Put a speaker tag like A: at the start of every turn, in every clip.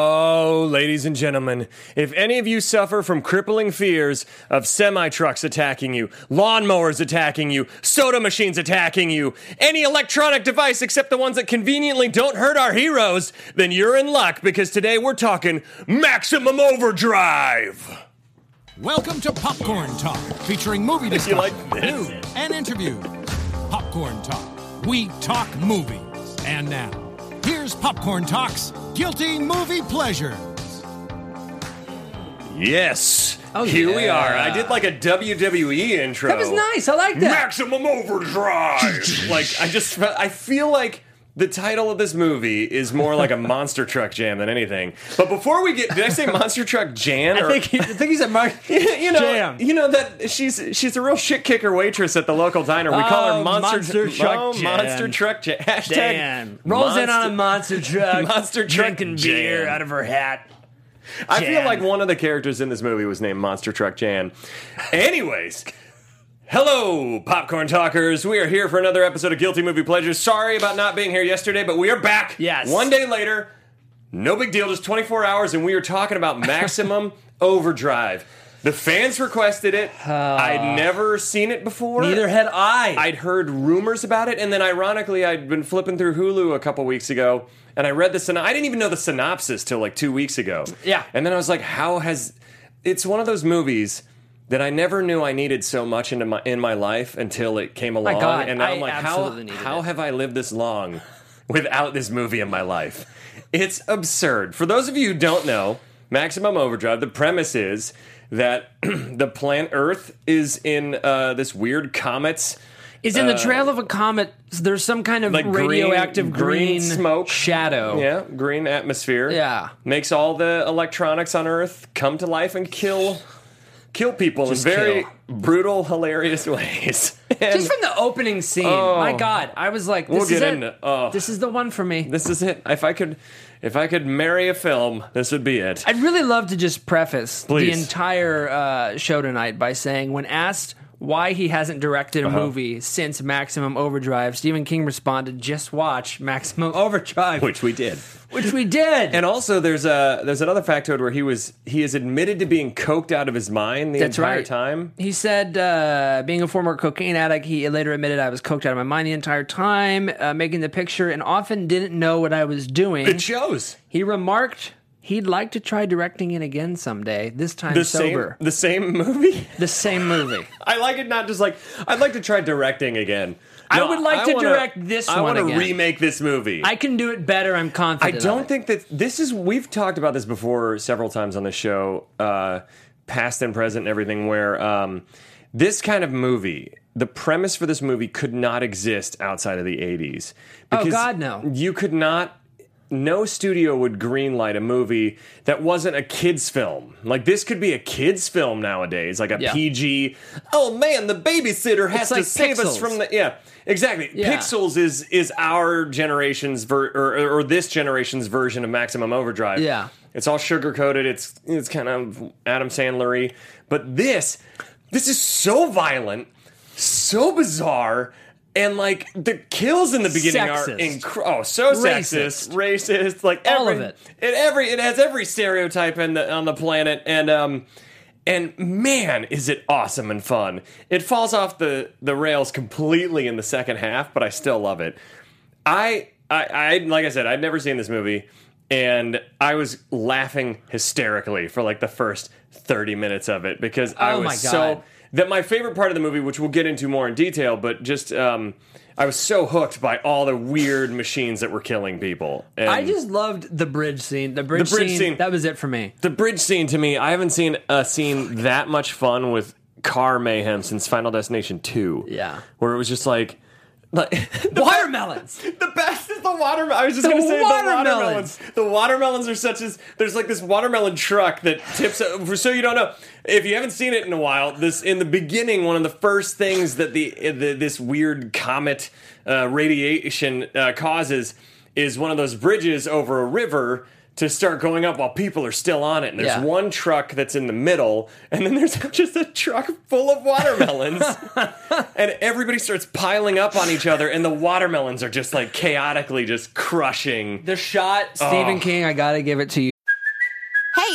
A: Oh, ladies and gentlemen, if any of you suffer from crippling fears of semi trucks attacking you, lawnmowers attacking you, soda machines attacking you, any electronic device except the ones that conveniently don't hurt our heroes, then you're in luck because today we're talking Maximum Overdrive.
B: Welcome to Popcorn Talk, featuring movie
A: You
B: discussion,
A: like this?
B: news, and interviews. Popcorn Talk, we talk movies. And now, here's Popcorn Talk's guilty movie pleasure.
A: Yes.
C: Oh,
A: Here we
C: yeah.
A: are. I did like a WWE intro.
C: That was nice. I like that.
A: Maximum Overdrive. like I just, fe- I feel like the title of this movie is more like a monster truck jam than anything. But before we get, did I say monster truck jam? Or,
C: I think, he, I think he's a Mark.
A: you know,
C: jam.
A: you know that she's she's a real shit kicker waitress at the local diner. We call her
C: Oh,
A: monster,
C: Monster Truck
A: oh,
C: Jam.
A: monster truck jam. Hashtag
C: Dan rolls in on a monster truck,
A: Monster truck
C: drinking
A: jam.
C: beer out of her hat.
A: I feel
C: Jan.
A: like one of the characters in this movie was named Monster Truck Jan. Anyways, hello, popcorn talkers. We are here for another episode of Guilty Movie Pleasures. Sorry about not being here yesterday, but we are back.
C: Yes.
A: One day later, no big deal, just 24 hours, and we are talking about Maximum Overdrive. The fans requested it. I'd never seen it before.
C: Ah. Neither had I.
A: I'd heard rumors about it, and then ironically, I'd been flipping through Hulu a couple weeks ago, and I read the syn- I didn't even know the synopsis till like two weeks ago.
C: Yeah.
A: and then I was like, "How has?" It's one of those movies that I never knew I needed so much into my in my life until it came along,
C: God,
A: and now
C: I
A: I'm like, "How
C: absolutely needed
A: how
C: it."
A: have I lived this long without this movie in my life?" It's absurd. For those of you who don't know, Maximum Overdrive. The premise is that the planet Earth is in uh, this weird comet's
C: is in the trail of a comet. There's some kind of
A: uh, Like green-
C: radioactive
A: green
C: green,
A: smoke.
C: shadow.
A: Yeah, green atmosphere.
C: Oh. Yeah.
A: makes all the electronics on Earth come to life and kill, kill people
C: Just
A: in very
C: kill.
A: brutal, hilarious ways. And
C: Just from the opening scene, my God, I was like, "This
A: Oh. We'll
C: is
A: get
C: it.
A: into- oh.
C: This is the one for me."
A: this is it. If I could, if I could marry a film, this would be it.
C: I'd really love to just preface
A: Please.
C: the entire uh, show tonight by saying, when asked why he hasn't directed
A: Uh-huh.
C: a movie since Maximum Overdrive, Stephen King responded, "Just watch Maximum Overdrive,"
A: Which we did.
C: which we did.
A: And also, there's a there's another factoid where he was he is admitted to being coked out of his mind the
C: That's
A: entire
C: right.
A: time.
C: He said, uh, being a former cocaine addict, he later admitted I was coked out of my mind the entire time, uh, making the picture, and often didn't know what I was doing.
A: It shows
C: he remarked he'd like to try directing it again someday, this time
A: the
C: sober.
A: same the same movie.
C: the same movie.
A: I like it not just like I'd like to try directing again.
C: I would like to
A: wanna-
C: direct this
A: I
C: one
A: wanna
C: again.
A: remake this movie.
C: I can do it better, I'm
A: I
C: confident. of
A: don't
C: it.
A: think that this is. We've talked about this before several times on the show, uh, past and present and everything. Where um, this kind of movie, the premise for this movie could not exist outside of the '80s.
C: Oh, God, no.
A: You could not. No studio would greenlight a movie that wasn't a kids' film. Like this could be a kids' film nowadays, like a
C: Yeah.
A: PG. Oh man, the babysitter has
C: It's
A: to
C: like
A: save us
C: Pixels.
A: from the yeah, exactly.
C: Yeah.
A: Pixels is is our generation's ver- or, or this generation's version of Maximum Overdrive.
C: Yeah.
A: it's all sugar coated. It's it's kind of Adam Sandlery, but this this is so violent, so bizarre, and like the kills in the beginning are
C: Sexist.
A: incre- oh so sexist, racist, like
C: All
A: every-
C: of it.
A: It every it has every stereotype in the on the planet, and um. And man, is it awesome and fun. It falls off the, the rails completely in the second half, but I still love it. I, I, I, like I said, I'd never seen this movie, and I was laughing hysterically for like the first 30 minutes of it because I
C: Oh
A: was
C: my
A: so.
C: God.
A: That my favorite part of the movie, which we'll get into more in detail, but just um, I was so hooked by all the weird machines that were killing people. And
C: I just loved the bridge scene. The bridge,
A: The bridge
C: scene,
A: scene.
C: That was it for me.
A: the bridge scene to me, I haven't seen a scene that much fun with car mayhem since Final Destination 2.
C: Yeah.
A: Where it was just like, like
C: Watermelons.
A: The best is the watermelon. I was just
C: The
A: going to say the watermelons.
C: watermelons.
A: The watermelons are such as there's like this watermelon truck that tips. For so you don't know, if you haven't seen it in a while, this in the beginning, one of the first things that the, eh, the this weird comet uh, radiation uh, causes is one of those bridges over a river. to start going up while people are still on it. And there's
C: Yeah.
A: one truck that's in the middle, and then there's just a truck full of watermelons. and everybody starts piling up on each other, and the watermelons are just like chaotically just crushing.
C: The shot, Stephen
A: oh.
C: King. I gotta give it to you.
D: Hey,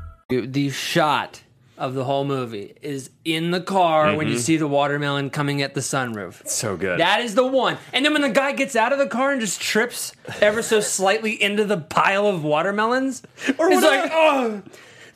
C: The shot of the whole movie is in the car when you see the watermelon coming at the sunroof.
A: Mm-hmm. So good.
C: That is the one. And then when the guy gets out of the car and just trips ever so slightly into the pile of watermelons,
A: Or
C: it's
A: when I-
C: like,
A: oh,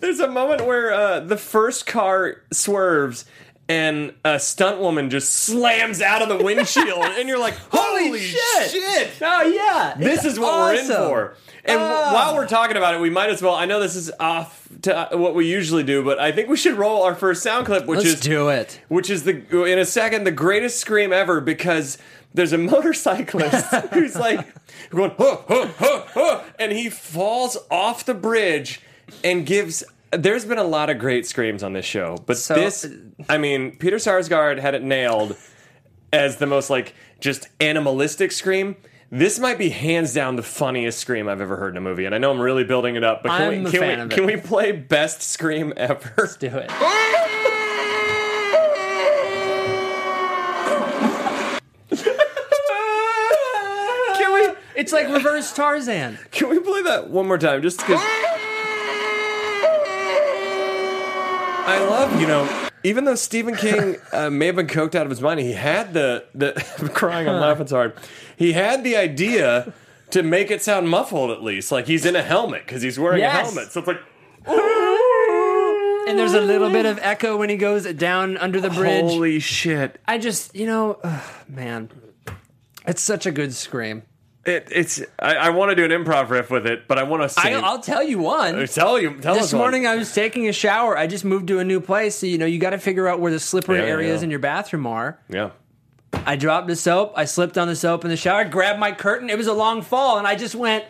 A: there's a moment where uh, the first car swerves and a stunt woman just slams out of the windshield, and you're like, holy, shit.
C: Oh yeah,
A: This
C: It's
A: is what we're in
C: awesome.
A: for. And w-
C: Ah.
A: while we're talking about it, we might as well. I know this is off to uh, what we usually do, but I think we should roll our first sound clip, which
C: Let's
A: is
C: do it.
A: which is the in a second the greatest scream ever because there's a motorcyclist who's like going huh, huh, huh, huh, and he falls off the bridge and gives there's been a lot of great screams on this show but
C: So- uh,
A: this i mean peter sarsgaard had it nailed as the most like just animalistic scream this might be hands down the funniest scream I've ever heard in a movie, and I know I'm really building it up. But can
C: I'm
A: we
C: a
A: can
C: fan of
A: we
C: it.
A: can we play best scream ever?
C: Do it.
A: Can we?
C: It's like reverse Tarzan.
A: Can we play that one more time? Just because. I love, you know, even though Stephen King uh, may have been coked out of his mind, he had the. the I'm crying, I'm laughing, sorry. He had the idea to make it sound muffled at least. Like he's in a helmet because he's wearing a
C: Yes.
A: helmet. So it's like.
C: And there's a little bit of echo when he goes down under the bridge.
A: Holy shit.
C: I just, you know, ugh, man, it's such a good scream.
A: It, it's. I, I want to do an improv riff with it, but I want to
C: I,
A: save.
C: I'll tell you one.
A: tell you. Tell
C: This
A: us one.
C: morning I was taking a shower. I just moved to a new place, so you know you got to figure out where the slippery
A: Yeah, yeah,
C: areas
A: yeah.
C: in your bathroom are.
A: Yeah.
C: I dropped the soap. I slipped on the soap in the shower. Grabbed my curtain. It was a long fall, and I just went.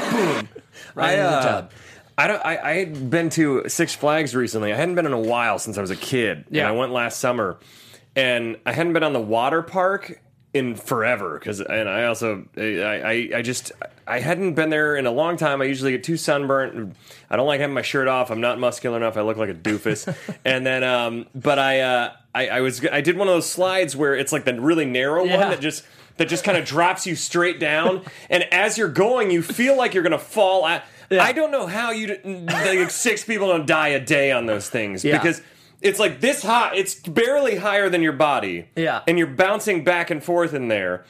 C: Boom! Right in the
A: uh,
C: tub.
A: I don't. I, I had been to Six Flags recently. I hadn't been in a while since I was a kid.
C: Yeah.
A: And I went last summer, and I hadn't been on the water park in forever. Because and I also I, I I just I hadn't been there in a long time. I usually get too sunburnt. I don't like having my shirt off. I'm not muscular enough. I look like a doofus. and then um, but I uh I, I was I did one of those slides where it's like the really narrow one
C: Yeah.
A: that just that just kind of drops you straight down. and as you're going, you feel like you're going to fall. At, I don't know how you didn't- like six people don't die a day on those things
C: Yeah.
A: because it's like this high. It's barely higher than your body.
C: Yeah.
A: and you're bouncing back and forth in there.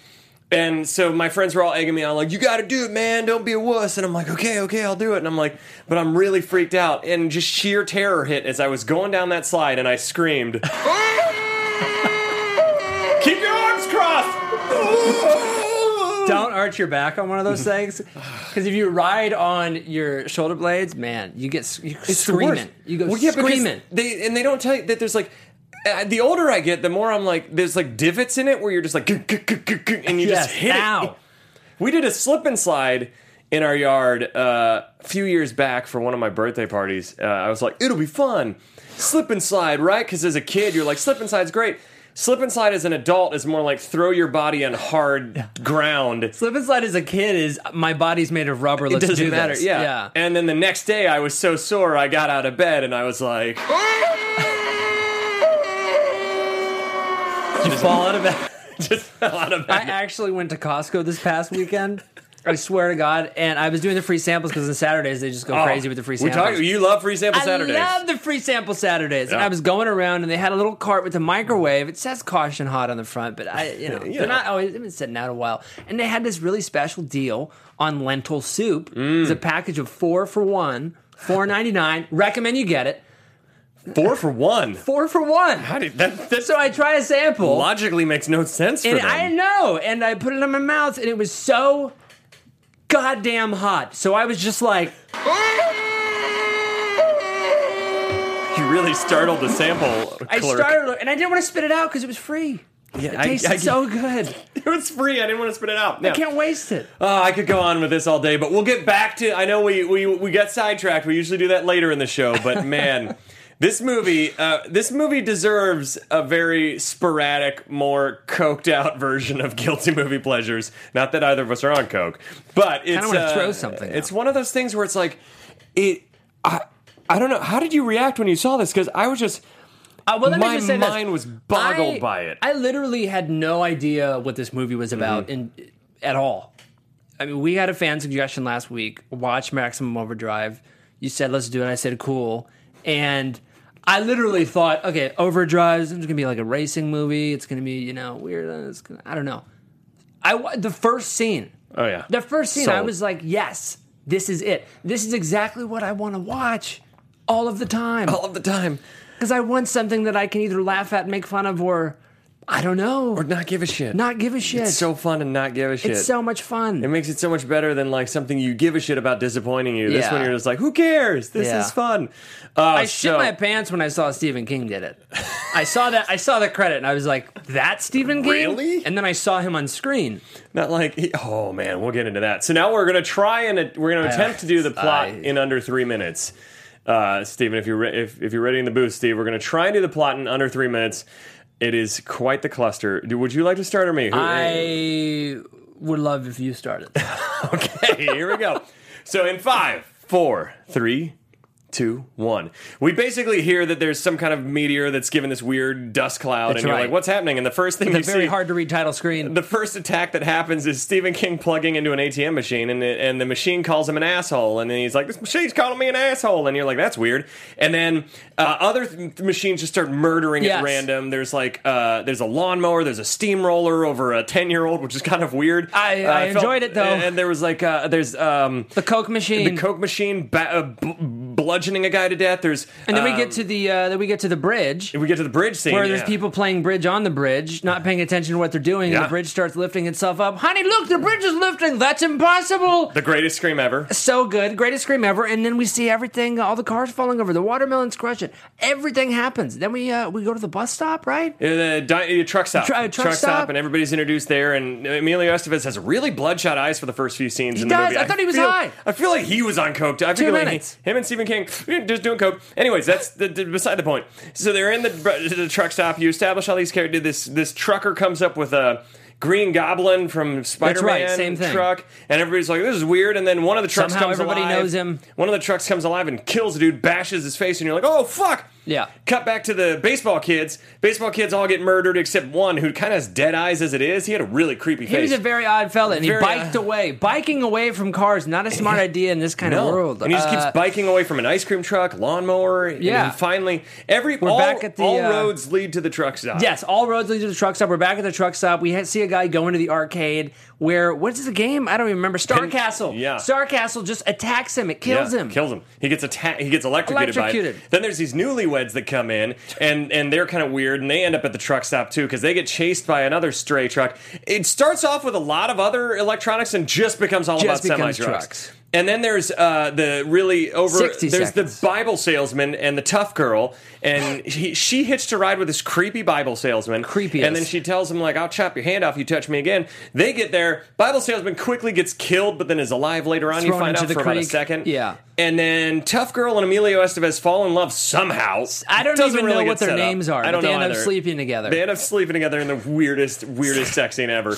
A: And so my friends were all egging me on, like, you gotta do it, man, don't be a wuss. And I'm like, okay, okay, I'll do it. And I'm like, but I'm really freaked out. And just sheer terror hit as I was going down that slide and I screamed, Keep your arms crossed!
C: Don't arch your back on one of those things, because if you ride on your shoulder blades, man, you get s- you're
A: It's the worst.
C: screaming. You go
A: Well, yeah, because
C: screaming.
A: They and they don't tell you that there's like. Uh, the older I get, the more I'm like, there's like divots in it where you're just like, "Gug, gug, gug, gug, gug," and you just hit it.
C: ow.
A: We did a slip and slide in our yard uh, a few years back for one of my birthday parties. Uh, I was like, it'll be fun. Slip and slide, right? Because as a kid, you're like, slip and slide's great. Slip and slide as an adult is more like throw your body on hard ground.
C: Slip and slide as a kid is my body's made of rubber. Let's
A: it doesn't
C: do
A: matter.
C: this.
A: Yeah.
C: yeah.
A: And then the next day, I was so sore, I got out of bed and I was like,
C: you fall out of bed.
A: just fell out of
C: I
A: bed.
C: actually went to Costco this past weekend. I swear to God, and I was doing the free samples because on Saturdays they just go crazy with the free
A: We're
C: samples.
A: talking. Oh. You love free sample Saturdays.
C: I love the free sample Saturdays. And
A: Yeah.
C: I was going around and they had a little cart with a microwave. It says caution hot on the front, but I, you know,
A: You
C: they're
A: know.
C: not always, they've been sitting out a while. And they had this really special deal on lentil soup. It's
A: Mm.
C: a package of four for one, four ninety nine. Recommend you get it.
A: Four for one.
C: Four for one.
A: How did that? That
C: So I try a sample.
A: logically makes no sense for
C: and
A: them.
C: I know. And I put it in my mouth and it was so goddamn hot. So I was just like,
A: You really startled the sample clerk.
C: I started, and I didn't want to spit it out because it was free.
A: Yeah,
C: it
A: I-
C: tasted
A: I-
C: so good.
A: It was free. I didn't want to spit it out. No.
C: I can't waste it.
A: Oh, I could go on with this all day, but we'll get back to. I know we we we got sidetracked. We usually do that later in the show, but man, this movie uh, this movie deserves a very sporadic, more coked out version of guilty movie pleasures. Not that either of us are on coke, but it's
C: wanna
A: uh,
C: throw something
A: It's
C: out.
A: one of those things where it's like it. I I don't know. How did you react when you saw this? Because I was just
C: Uh, well, let
A: My
C: me just say this.
A: mind was boggled
C: I-
A: by it.
C: I literally had no idea what this movie was about
A: Mm-hmm.
C: in, at all. I mean, we had a fan suggestion last week. Watch Maximum Overdrive. You said let's do it. and I said cool, and I literally thought, okay, Overdrive is going to be like a racing movie. It's going to be you know weird. uh, It's gonna, I don't know. I wa- the first scene.
A: Oh, yeah.
C: the first scene. I
A: Sold.
C: was like, yes, this is it. This is exactly what I want to watch all of the time.
A: all of the time
C: Because I want something that I can either laugh at, make fun of, or I don't know,
A: or not give a shit.
C: not give a shit.
A: It's so fun and not give a shit.
C: It's so much fun.
A: It makes it so much better than like something you give a shit about disappointing you. This
C: Yeah.
A: one you're just like, who cares? This
C: Yeah.
A: is fun. Uh,
C: I shit
A: so-
C: my pants when I saw Stephen King did it. I saw that. I saw the credit, and I was like, "That's Stephen King."
A: Really?
C: And then I saw him on screen.
A: Not like, he- oh man, we'll get into that. So now we're gonna try and uh, we're gonna attempt to do the plot
C: I-
A: in under three minutes. Uh, Steven, if you're re- if, if you're ready in the booth, Steve, we're gonna try and do the plot in under three minutes. It is quite the cluster. Do- Would you like to start or me? Who-
C: I would love if you started.
A: Okay, here we go. So in five, four, three, two, one. We basically hear that there's some kind of meteor that's given this weird dust cloud,
C: That's
A: and you're
C: right.
A: like, "What's happening?" And the first thing
C: The
A: you
C: very
A: see,
C: hard to read title screen.
A: the first attack that happens is Stephen King plugging into an ATM machine, and it- and the machine calls him an asshole, and then he's like, "This machine's calling me an asshole," and you're like, "That's weird." And then uh, other th- machines just start murdering at
C: Yes.
A: random. There's like uh, there's a lawnmower, there's a steamroller over a ten year old, which is kind of weird.
C: I-
A: Uh,
C: I
A: felt-
C: enjoyed it, though.
A: And there was like uh, there's um,
C: the Coke machine.
A: the Coke machine ba- uh, bl- bludgeoning a guy to death. There's
C: and then we
A: um,
C: get to the uh, then we get to the bridge.
A: we get to the bridge scene
C: where there's
A: yeah.
C: people playing bridge on the bridge, not paying attention to what they're doing, and
A: Yeah.
C: the bridge starts lifting itself up. Honey, look, the bridge is lifting. That's impossible.
A: The greatest scream ever.
C: So good, greatest scream ever. And then we see everything, all the cars falling over, the watermelons crushing. Everything happens. Then we uh, we go to the bus stop, right?
A: Uh, The di- uh, truck stop,
C: Tru- uh, truck stop.
A: and everybody's introduced there. And Emilio Estevez has really bloodshot eyes for the first few scenes.
C: He
A: in
C: does.
A: the movie.
C: I thought he was
A: feel-
C: high.
A: I feel like he was on coke. I feel like he-
C: minutes.
A: him and Stephen King eh, just doing coke. Anyways, that's the, the- beside the point. So they're in the, the truck stop. You establish all these characters. This this trucker comes up with a. Green Goblin from Spider Man
C: same thing.
A: truck, and everybody's like, "This is weird." And then one of the trucks
C: Somehow
A: comes
C: everybody
A: alive.
C: knows him.
A: One of the trucks comes alive and kills a dude, bashes his face, and you're like, "Oh fuck!"
C: Yeah.
A: Cut back to the baseball kids. Baseball kids all get murdered except one who kind of has dead eyes as it is. He had a really creepy
C: He
A: face.
C: was a very odd fella, and he
A: Very uh, odd.
C: biked away. Biking away from cars, not a smart idea in this kind
A: No.
C: of world.
A: And he just
C: Uh,
A: keeps biking away from an ice cream truck, lawnmower.
C: Yeah.
A: And then finally, every all,
C: back at the,
A: all
C: uh,
A: roads lead to the truck stop.
C: Yes, all roads lead to the truck stop. We're back at the truck stop. We ha- see a guy go into the arcade where what's the game? I don't even remember. Star
A: Pin-
C: Castle.
A: yeah.
C: Star Castle just attacks him. It
A: Yeah,
C: kills him.
A: Kills him. He gets attacked. He gets electrocuted, by
C: Electrocuted.
A: it. Then there's these newlyweds that come in, and and they're kind of weird, and they end up at the truck stop too because they get chased by another stray truck. It starts off with a lot of other electronics and just becomes all
C: Just
A: about semi
C: becomes
A: trucks.
C: trucks.
A: And then there's uh, the really over.
C: 60
A: there's
C: seconds.
A: the Bible salesman and the tough girl, and he, she hitched a ride with this creepy Bible salesman.
C: Creepiest.
A: And then she tells him like, "I'll chop your hand off, you touch me again." They get there. Bible salesman quickly gets killed, but then is alive later on. you
C: Thrown
A: find
C: into
A: out
C: the
A: for about a
C: creek.
A: second.
C: Yeah.
A: And then Tough Girl and Emilio Estevez fall in love somehow.
C: I don't
A: Doesn't
C: even
A: really
C: know
A: get
C: what their
A: set up.
C: names are,
A: I don't
C: but they
A: know
C: end up
A: either.
C: sleeping together.
A: They end up sleeping together in the weirdest, weirdest sex scene ever.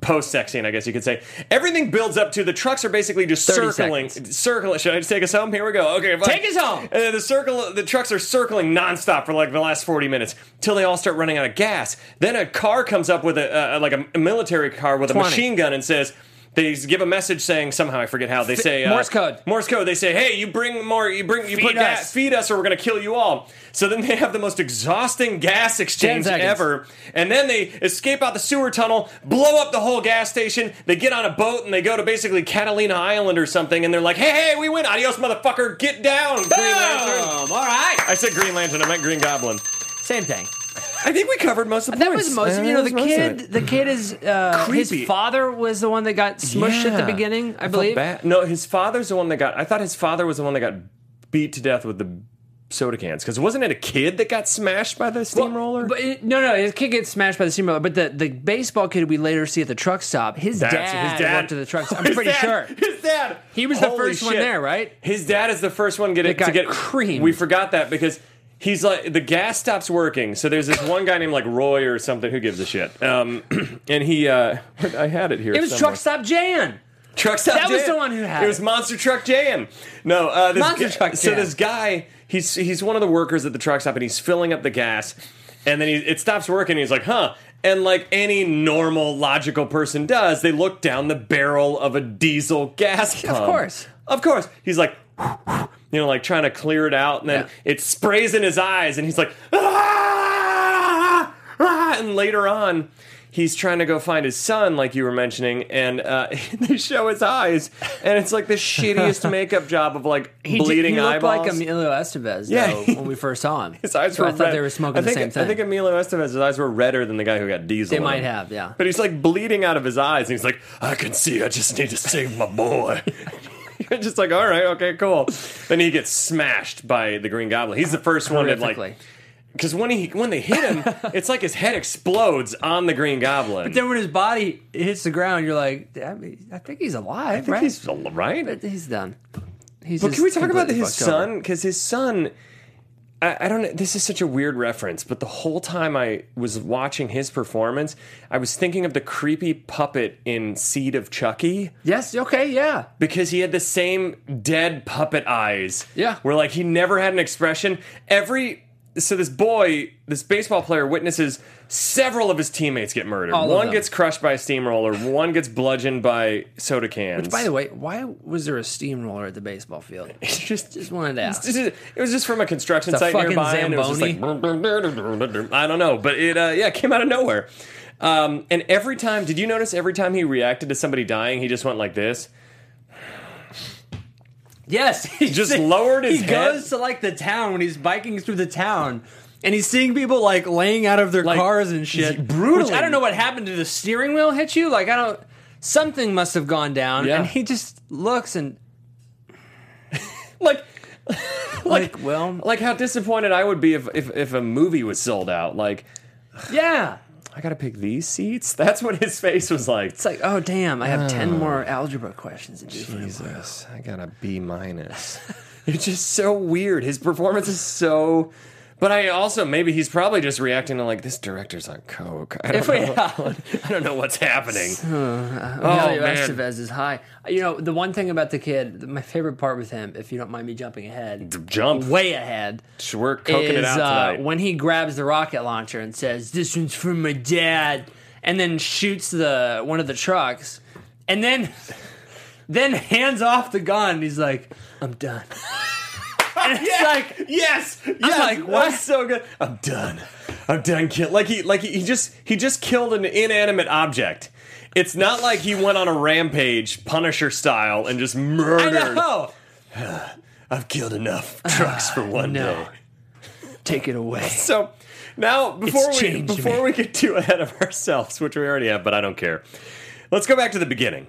A: Post sex scene, I guess you could say. Everything builds up to the trucks are basically just
C: 30
A: circling, circling. Should I just take us home? Here we go. Okay, fine.
C: Take us home.
A: And then the circle, the trucks are circling nonstop for like the last forty minutes till they all start running out of gas. Then a car comes up with a uh, like a, military car with
C: 20.
A: a machine gun and says. They give a message saying somehow I forget how they say uh,
C: Morse code.
A: Morse code. They say, "Hey, you bring more. You bring. You
C: Feed
A: put gas.
C: us.
A: Feed us, or we're going to kill you all." So then they have the most exhausting gas exchange
C: seconds.
A: ever, and then they escape out the sewer tunnel, blow up the whole gas station. They get on a boat and they go to basically Catalina Island or something, and they're like, "Hey, hey, we win! Adios, motherfucker! Get down, Green
C: Boom!
A: Lantern!"
C: All right.
A: I said Green Lantern. I meant Green Goblin.
C: Same thing.
A: I think we covered most of the
C: That
A: points.
C: was most.
A: I
C: of
A: think
C: You know,
A: that
C: the
A: was most of
C: kid. The kid is uh,
A: Creepy.
C: his father was the one that got smushed at
A: Yeah.
C: the beginning. I,
A: felt
C: believe.
A: bad. No, his father's the one that got. I thought his father was the one that got beat to death with the soda cans because wasn't it a kid that got smashed by the steamroller?
C: But it, no, no, his kid gets smashed by the steamroller. But the, the baseball kid we later see at the truck stop, his,
A: That's-
C: dad,
A: his dad
C: worked at the truck stop. I'm
A: His
C: pretty
A: dad-
C: sure.
A: his dad.
C: He was the
A: Holy
C: first one
A: shit.
C: there, right?
A: His dad is the first one get it,
C: That
A: to
C: got
A: get
C: creamed.
A: We forgot that because he's like the gas stops working. So there's this one guy named like Roy or something who gives a shit. Um, and he, uh, I had it here.
C: It was
A: somewhere.
C: truck stop Jan.
A: Truck stop.
C: That was
A: Jan.
C: the one who had
A: It was
C: it.
A: Monster Truck Jan. No, uh, this
C: Monster
A: guy-
C: Truck
A: So
C: Jan.
A: this guy, he's he's one of the workers at the truck stop, and he's filling up the gas, and then he, it stops working. and He's like, huh. And like any normal logical person does, they look down the barrel of a diesel gas
C: Of
A: pump.
C: course.
A: of course. He's like, you know, like trying to clear it out, and then
C: Yeah.
A: it sprays in his eyes, and he's like, ah! Ah!" and later on, he's trying to go find his son, like you were mentioning, and uh, they show his eyes, and it's like the shittiest makeup job of like
C: He,
A: bleeding
C: did, he looked
A: eyeballs.
C: like Emilio Estevez,
A: Yeah.
C: though, when we first saw him.
A: his eyes
C: So
A: were
C: I thought
A: red.
C: they were smoking
A: I think,
C: the same thing.
A: I think Emilio Estevez's eyes were redder than the guy who got diesel.
C: they
A: in
C: might
A: him.
C: have, yeah.
A: But he's like bleeding out of his eyes, and he's like, "I can see. I just need to save my boy." You're just like, "All right, okay, cool." Then he gets smashed by the Green Goblin. He's the first one to
C: Horrifically.
A: like, because when he when they hit him, it's like his head explodes on the Green Goblin.
C: then when his body hits the ground, you're like, I, mean, I think he's alive,
A: I think
C: right?
A: he's all right.
C: but he's done. He's
A: But
C: just
A: can we talk about
C: completely
A: his
C: fucked over.
A: son? Because his son, I, I don't know. This is such a weird reference, but the whole time I was watching his performance, I was thinking of the creepy puppet in Seed of Chucky
C: Yes, okay, yeah.
A: because he had the same dead puppet eyes.
C: Yeah.
A: Where like he never had an expression. Every so this boy, this baseball player witnesses several of his teammates get murdered.
C: All of
A: one
C: them.
A: gets crushed by a steamroller, one gets bludgeoned by soda cans.
C: By the way, why was there a steamroller at the baseball field?
A: just
C: Just wanted to ask.
A: It was just from a construction
C: It's
A: site
C: a fucking
A: nearby, and it was just like I don't know, but it uh, yeah came out of nowhere. Um, and every time, did you notice every time he reacted to somebody dying, he just went like this.
C: Yes, he
A: just lowered his
C: He
A: head.
C: goes to like the town when he's biking through the town, and he's seeing people like laying out of their
A: Like,
C: cars and shit.
A: brutally.
C: Which I don't know what happened. Did the steering wheel hit you? Like I don't. Something must have gone down,
A: Yeah.
C: and he just looks and
A: Like,
C: like, well,
A: like how disappointed I would be if if, if a movie was sold out. Like,
C: yeah.
A: I gotta pick these seats. That's what his face was like.
C: It's like, oh damn, I have
A: uh,
C: ten more algebra questions to do. for you.
A: Jesus, I got a B minus. it's just so weird. His performance is so. But I also maybe he's probably just reacting to like this director's on coke. I don't,
C: If we- uh,
A: know, I don't know what's happening.
C: Oh,
A: Oh, man.
C: Estevez is high. You know, the one thing about the kid, my favorite part with him, if you don't mind me jumping ahead,
A: Jump.
C: way ahead,
A: We're coking
C: is
A: it out
C: uh,
A: tonight.
C: when he grabs the rocket launcher and says, "This one's for my dad," and then shoots the one of the trucks, and then then hands off the gun. And he's like, "I'm done." and it's like
A: yes, yes.
C: like,
A: that
C: what?
A: was so good. I'm done. I'm done. Kill like he like he, he just he just killed an inanimate object. It's not like he went on a rampage, Punisher style, and just
C: I
A: murdered.
C: know. Ah,
A: I've killed enough trucks for one
C: no.
A: day.
C: Take it away.
A: So now before
C: It's
A: we
C: changed me.
A: before we get too ahead of ourselves, which we already have, but I don't care. Let's go back to the beginning.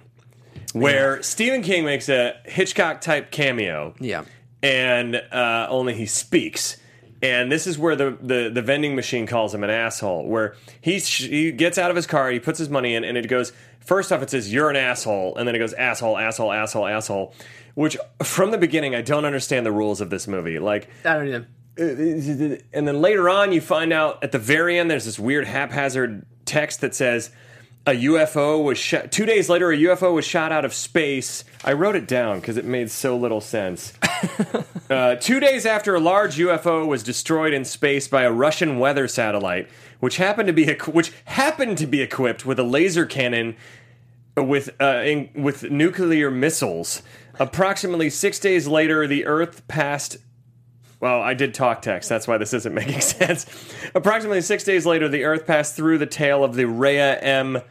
A: Where Stephen King makes a Hitchcock type cameo.
C: Yeah.
A: And uh, only he speaks. And this is where the, the, the vending machine calls him an asshole. Where he, sh- he gets out of his car, he puts his money in, and it goes, first off, it says, You're an asshole. And then it goes, Asshole, asshole, asshole, asshole. Which from the beginning, I don't understand the rules of this movie. Like,
C: I don't even.
A: and then later on you find out at the very end there's this weird haphazard text that says a UFO was shot. Two days later, a UFO was shot out of space. I wrote it down because it made so little sense. uh, two days after a large UFO was destroyed in space by a Russian weather satellite, which happened to be equ- which happened to be equipped with a laser cannon with uh, in, with nuclear missiles. Approximately six days later, the Earth passed. Well, I did talk text. That's why this isn't making sense. Approximately six days later, the Earth passed through the tail of the Rhea M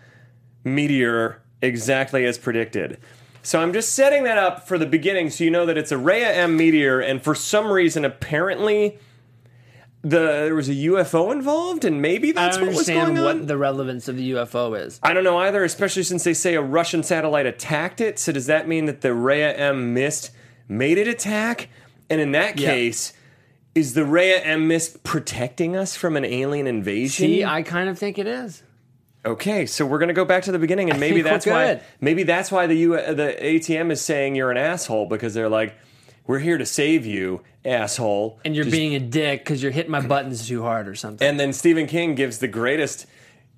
A: meteor exactly as predicted. So I'm just setting that up for the beginning so you know that it's a Rhea M meteor, and for some reason, apparently, the there was a UFO involved, and maybe
C: I
A: that's
C: don't
A: what was going
C: understand
A: on.
C: what the relevance of the UFO is.
A: I don't know either, especially since they say a Russian satellite attacked it. So does that mean that the Rhea M mist made it attack? And in that
C: Yeah.
A: case, is the Rhea M mist protecting us from an alien invasion?
C: See, I kind of think it is.
A: okay, so we're gonna go back to the beginning, and
C: I
A: maybe
C: think we're
A: that's why
C: good.
A: maybe that's why the U, uh, the ATM is saying you're an asshole because they're like, we're here to save you, asshole.
C: And you're
A: Just
C: being a dick because you're hitting my buttons too hard or something.
A: And then Stephen King gives the greatest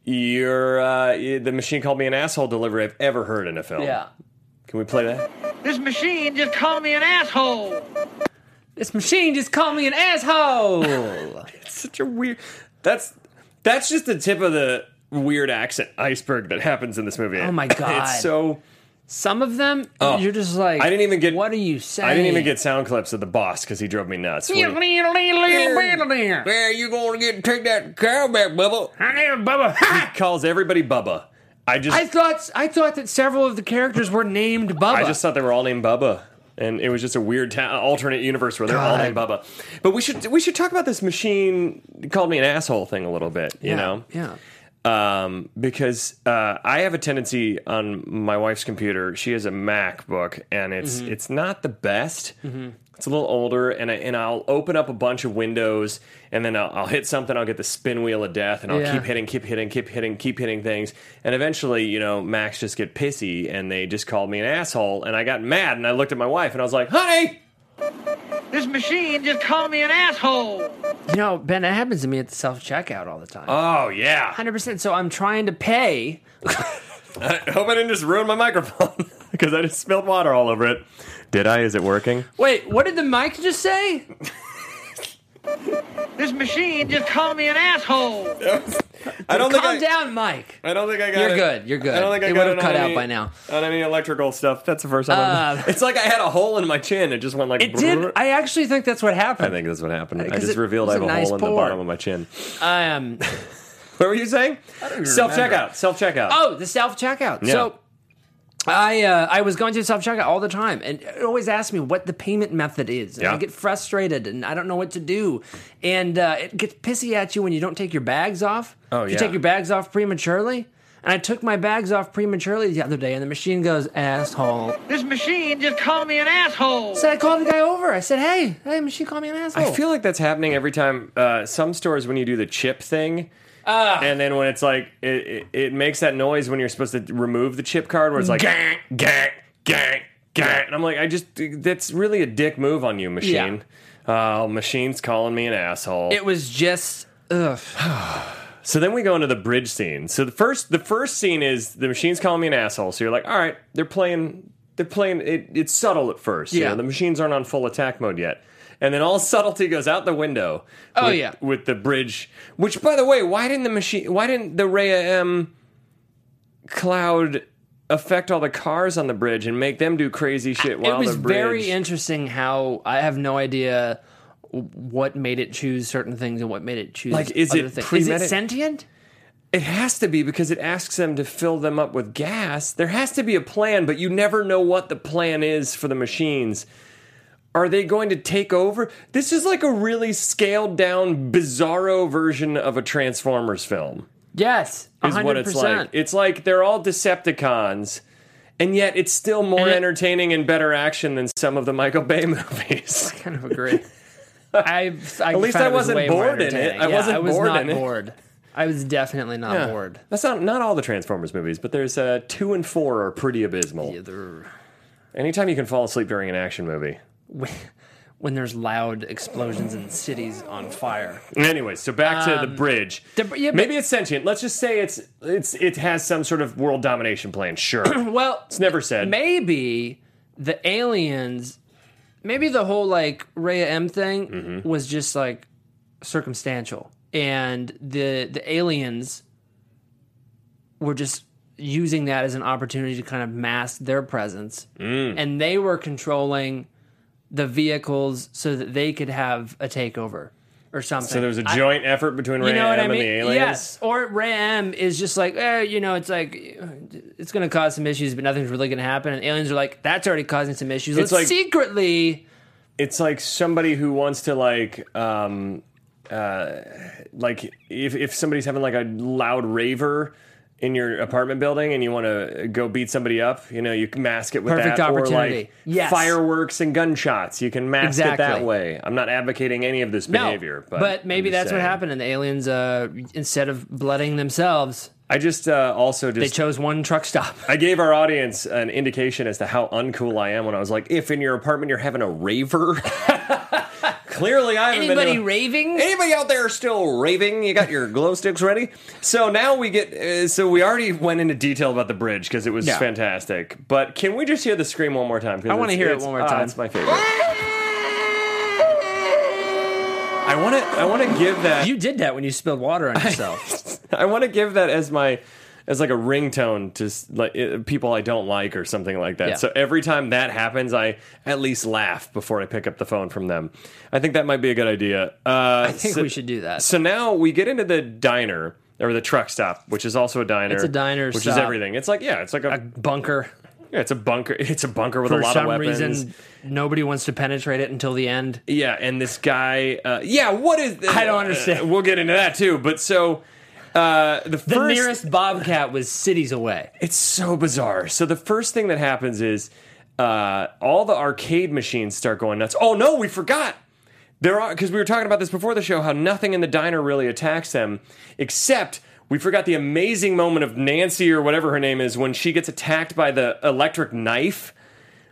A: "Your uh, the machine called me an asshole" delivery I've ever heard in a film.
C: yeah.
A: Can we play that?
E: This machine just called me an asshole.
C: This machine just called me an asshole.
A: Such a weird. That's that's just the tip of the weird accent iceberg that happens in this movie.
C: Oh my God.
A: It's so
C: Some of them, you're just like,
A: Oh. I didn't even get.
C: What are you saying?
A: I didn't even get sound clips of the boss because he drove me nuts. What do you-
F: Where you gonna get take that cow back, Bubba?
A: he calls everybody Bubba. I just
C: I
A: I,
C: thought I thought that several of the characters were named Bubba.
A: just thought they were all named Bubba. And it was just a weird ta- alternate universe where they're all named Bubba. But we should we should talk about this machine called me an asshole thing a little bit, you
C: yeah,
A: know?
C: yeah.
A: um, because uh, I have a tendency on my wife's computer. She has a MacBook, and it's
C: Mm-hmm.
A: it's not the best. It's a little older, and I and I'll open up a bunch of windows, and then I'll, I'll hit something. I'll get the spin wheel of death, and I'll
C: Yeah.
A: keep hitting, keep hitting, keep hitting, keep hitting things, and eventually, you know, Macs just get pissy, and they just called me an asshole, and I got mad, and I looked at my wife, and I was like, "Honey,
E: This machine just called me an asshole.
C: You know, Ben, that happens to me at the self checkout all the time.
A: oh yeah,
C: Hundred percent. So I'm trying to pay.
A: I hope I didn't just ruin my microphone because I just spilled water all over it. Did I? Is it working?"
C: Wait, what did the mic just say?
E: This machine just called me an asshole.
A: I don't think
C: Calm
A: I,
C: down, Mike.
A: I don't think I got
C: You're
A: it.
C: good. You're good.
A: I don't think I
C: It
A: got
C: would've
A: it
C: cut
A: on
C: out
A: any-
C: by now.
A: On any electrical stuff. That's the first time. I've-
C: Uh,
A: it's like I had a hole in my chin. It just went like.
C: It did.
A: brrr.
C: I actually think that's what
A: I
C: happened.
A: think that's what happened. I
C: 'Cause
A: just
C: it
A: revealed I
C: was
A: have
C: a
A: a
C: nice
A: hole in the
C: pour.
A: bottom of my chin.
C: Um.
A: What were you saying? Self checkout. Self checkout.
C: Oh, the self checkout.
A: Yeah.
C: So I uh, I was going to self checkout all the time, and it always asked me what the payment method is. And
A: Yeah.
C: I get frustrated, and I don't know what to do, and uh, it gets pissy at you when you don't take your bags off.
A: Oh,
C: if
A: yeah.
C: you take your bags off prematurely. And I took my bags off prematurely the other day, and the machine goes asshole.
E: This machine just called me an asshole.
C: So I called the guy over. I said, "Hey, hey, machine, called me an asshole."
A: I feel like that's happening every time. Uh, some stores when you do the chip thing. and then when it's like it, it, it makes that noise when you're supposed to remove the chip card, where it's like gang, gang, gang, gang, and I'm like, I just that's really a dick move on you, machine. Oh, machine's calling me an asshole.
C: it was just ugh.
A: So then we go into the bridge scene. So the first the first scene is the machine's calling me an asshole. So you're like, all right, they're playing they're playing it, it's subtle at first. you
C: Yeah.
A: know, the machines aren't on full attack mode yet. And then all subtlety goes out the window.
C: Oh,
A: with-
C: yeah.
A: with the bridge. Which, by the way, why didn't the machine? Why didn't the Rhea M cloud affect all the cars on the bridge and make them do crazy shit while
C: it was
A: the bridge?
C: very interesting how I have no idea w- what made it choose certain things and what made it choose
A: Like, is
C: other
A: it
C: things. Is
A: premedit-
C: it sentient?
A: It has to be because it asks them to fill them up with gas. There has to be a plan, but you never know what the plan is for the machines. Are they going to take over? This is like a really scaled down, bizarro version of a Transformers film,
C: Yes,
A: is what it's like.
C: 100%.
A: It's like they're all Decepticons, and yet it's still more
C: And it-
A: entertaining and better action than some of the Michael Bay movies.
C: kind of agree. I, I
A: At least
C: found
A: I
C: it was
A: wasn't
C: way more
A: bored in it.
C: entertaining.
A: I
C: Yeah,
A: wasn't
C: I was
A: bored
C: not
A: in it.
C: bored. I was definitely not bored.
A: That's not, not all the Transformers movies, but there's uh, two and four are pretty abysmal.
C: Yeah, there-
A: Anytime you can fall asleep during an action movie.
C: when- When there's loud explosions and cities on fire,
A: Anyway, so back to the bridge.
C: Um, the br- yeah, but-
A: Maybe it's sentient. Let's just say it's it's it has some sort of world domination plan. Sure,
C: well,
A: it's never said.
C: maybe the aliens maybe the whole like Rhea M thing
A: Mm-hmm.
C: was just like circumstantial and the the aliens were just using that as an opportunity to kind of mask their presence
A: Mm.
C: and they were controlling the vehicles so that they could have a takeover or something
A: so there was a
C: I-
A: joint effort between Ray
C: you know what
A: M
C: I mean?
A: and the aliens.
C: Yes. Or Ram is just like, eh, you know, it's like it's going to cause some issues, but nothing's really going to happen. And aliens are like, that's already causing some issues.
A: It's
C: Let's
A: like-
C: secretly,
A: It's like somebody who wants to like um like if, if somebody's having like a loud raver in your apartment building and you want to go beat somebody up, you know, you can mask it with
C: Perfect
A: that or
C: opportunity.
A: like
C: Yes.
A: fireworks and gunshots. You can mask it that
C: Exactly.
A: way. I'm not advocating any of this behavior, but
C: maybe
A: I'm just
C: that's what
A: saying.
C: happened, and the aliens, uh, instead of blooding themselves,
A: I just uh, also
C: they
A: just
C: chose one truck stop.
A: I gave our audience an indication as to how uncool I am when I was like, if in your apartment you're having a raver. Clearly, I haven't been.
C: Anybody
A: to-
C: raving?
A: Anybody out there still raving? You got your glow sticks ready? So now we get. Uh, so we already went into detail about the bridge because it was
C: Yeah.
A: fantastic. But can we just hear the scream one more time? 'Cause
C: I wanna
A: it's-
C: hear it
A: it's-
C: one more
A: ah,
C: time.
A: It's my favorite. I want to. I want to give that.
C: You did that when you spilled water on yourself.
A: I want to give that as my as like a ringtone to s- like uh, people I don't like or something like that.
C: Yeah.
A: So every time that happens, I at least laugh before I pick up the phone from them. I think that might be a good idea. Uh,
C: I think we should do that.
A: So now we get into the diner or the truck stop, which is also a diner.
C: It's a diner
A: which is
C: stop.
A: everything. It's like yeah, it's like a,
C: Bunker.
A: yeah, it's a bunker. It's a bunker with
C: For
A: a lot
C: some
A: of weapons.
C: reason, nobody wants to penetrate it until the end.
A: Yeah, and this guy. Uh, yeah, what is?
C: I don't understand.
A: Uh, we'll get into that too. But so uh, the
C: The
A: first
C: nearest Bobcat was cities away.
A: It's so bizarre. So the first thing that happens is uh, all the arcade machines start going nuts. Oh no, we forgot. There are because we were talking about this before the show. How nothing in the diner really attacks them, except we forgot the amazing moment of Nancy or whatever her name is when she gets attacked by the electric knife.